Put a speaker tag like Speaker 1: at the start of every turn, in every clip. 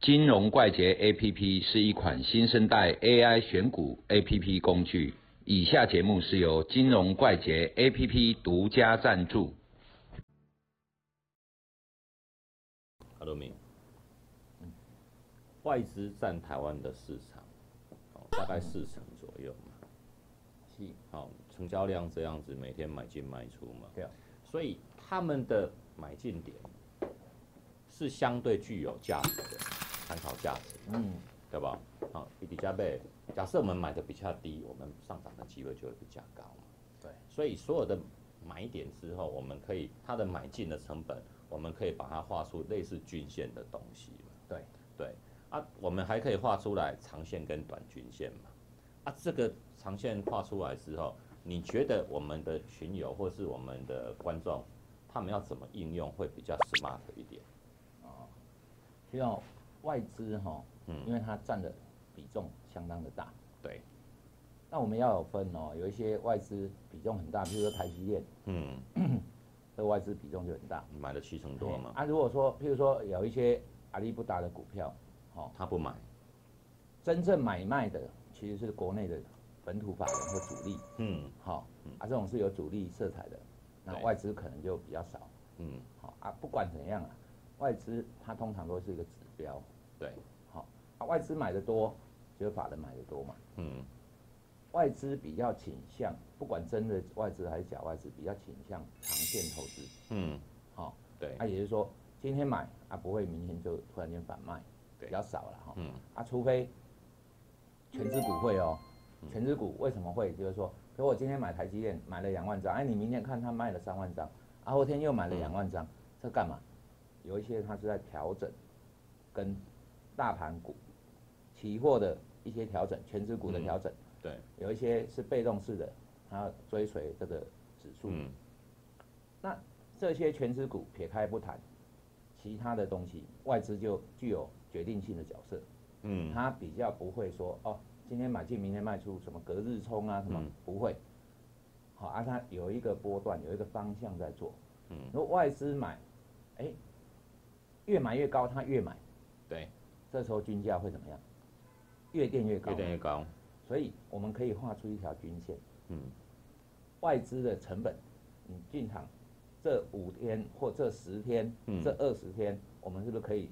Speaker 1: 金融怪杰 APP 是一款新生代 AI 选股 APP 工具。以下节目是由金融怪杰 APP 独家赞助。
Speaker 2: Hello，明。外资占台湾的市场，哦，大概四成左右嘛。
Speaker 3: 是，
Speaker 2: 好、成交量这样子，每天买进卖出嘛。
Speaker 3: 对啊，
Speaker 2: 所以他们的买进点是相对具有价值的，参考价值，
Speaker 3: 嗯，
Speaker 2: 对吧？好、比底价倍，假设我们买的比较低，我们上涨的机会就会比较高嘛。
Speaker 3: 对，
Speaker 2: 所以所有的买点之后，我们可以它的买进的成本，我们可以把它画出类似均线的东西嘛。
Speaker 3: 对，
Speaker 2: 对啊，我们还可以画出来长线跟短均线嘛。啊，这个长线画出来之后，你觉得我们的群友或是我们的观众，他们要怎么应用会比较 smart 一点？
Speaker 3: 需要外资哈，
Speaker 2: 嗯
Speaker 3: 因为它占的比重相当的大。
Speaker 2: 对，
Speaker 3: 那我们要有分哦，有一些外资比重很大，比如说台积电，
Speaker 2: 嗯，
Speaker 3: 这个外资比重就很大。
Speaker 2: 你买了七成多嘛，
Speaker 3: 啊，如果说，譬如说有一些阿里不达的股票，哦，
Speaker 2: 他不买，
Speaker 3: 真正买卖的其实是国内的本土法人和主力，
Speaker 2: 嗯
Speaker 3: 好、啊，这种是有主力色彩的，那
Speaker 2: 对
Speaker 3: 外资可能就比较少，
Speaker 2: 嗯，
Speaker 3: 好、啊，不管怎样啊，外资它通常都是一个指标，
Speaker 2: 对，
Speaker 3: 好、啊，外资买的多，就是法人买的多嘛，
Speaker 2: 嗯
Speaker 3: 外资比较倾向，不管真的外资还是假外资，比较倾向长线投资，
Speaker 2: 嗯，
Speaker 3: 好、
Speaker 2: 对
Speaker 3: 啊，，也就是说今天买啊，不会明天就突然间反卖，
Speaker 2: 对
Speaker 3: 比较少了哈、
Speaker 2: 嗯
Speaker 3: 啊，除非全资股会哦，
Speaker 2: 嗯
Speaker 3: 全资股为什么会？就是说，比如我今天买台积电买了两万张，哎、你明天看它卖了三万张，啊，后天又买了
Speaker 2: 嗯
Speaker 3: 两万张，这干嘛？有一些它是在调整，跟大盘股、期货的一些调整，全资股的调整，
Speaker 2: 嗯对，
Speaker 3: 有一些是被动式的，它要追随这个指数。
Speaker 2: 嗯
Speaker 3: 那这些全资股撇开不谈，其他的东西外资就具有决定性的角色，
Speaker 2: 嗯，
Speaker 3: 它比较不会说哦，今天买进明天卖出，什么隔日冲啊什么、
Speaker 2: 嗯
Speaker 3: 不会。好、啊，它有一个波段，有一个方向在做。
Speaker 2: 嗯
Speaker 3: 如果外资买，哎、越买越高，它越买，
Speaker 2: 对，
Speaker 3: 这时候均价会怎么样？越垫越高
Speaker 2: 越，垫越高，
Speaker 3: 所以我们可以画出一条均线。
Speaker 2: 嗯
Speaker 3: 外资的成本，你进场这五天或这十天、
Speaker 2: 嗯
Speaker 3: 这二十天，我们是不是可以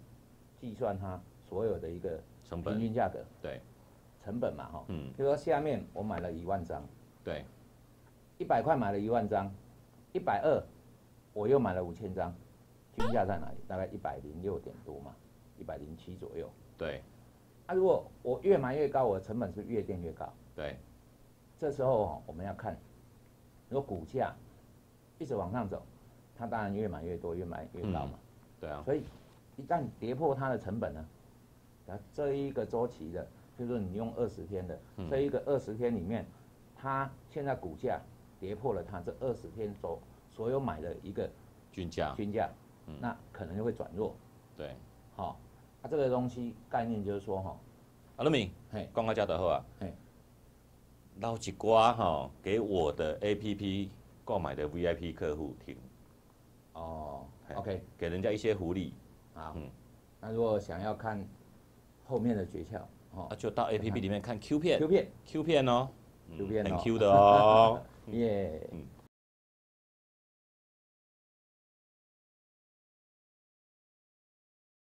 Speaker 3: 计算它所有的一个
Speaker 2: 成
Speaker 3: 平均
Speaker 2: 本，
Speaker 3: 价格
Speaker 2: 对
Speaker 3: 成本嘛？哈，
Speaker 2: 嗯
Speaker 3: 比如说下面我买了一万张，
Speaker 2: 对，
Speaker 3: 一百块买了一万张，一百二我又买了五千张，均价在哪里？大概一百零六点多嘛，一百零七左右。
Speaker 2: 对
Speaker 3: 啊，如果我越买越高，我的成本是越垫越高。
Speaker 2: 对，
Speaker 3: 这时候哦我们要看，如果股价一直往上走，它当然越买越多，越买越高嘛。
Speaker 2: 对啊，
Speaker 3: 所以一旦跌破它的成本呢，那这一个周期的，就是说你用二十天的，
Speaker 2: 嗯
Speaker 3: 这一个二十天里面，它现在股价跌破了它这二十天所所有买的一个
Speaker 2: 均价，
Speaker 3: 均价，
Speaker 2: 嗯
Speaker 3: 那可能就会转弱。
Speaker 2: 对，
Speaker 3: 好、那、这个东西概念就是说哈、
Speaker 2: 阿乐明，
Speaker 3: 嘿，
Speaker 2: 讲到这就好啊。
Speaker 3: 嘿，
Speaker 2: 捞一瓜哈、给我的 APP 购买的 VIP 客户听
Speaker 3: 哦
Speaker 2: 嘿
Speaker 3: ，OK，
Speaker 2: 哎给人家一些福利
Speaker 3: 好，
Speaker 2: 嗯
Speaker 3: 那如果想要看后面的诀窍，哦
Speaker 2: 啊，就到 APP 里面看 Q 片
Speaker 3: ，Q 片
Speaker 2: ，Q 片哦嗯
Speaker 3: Q 片哦
Speaker 2: 很 Q 的哦。
Speaker 3: 耶，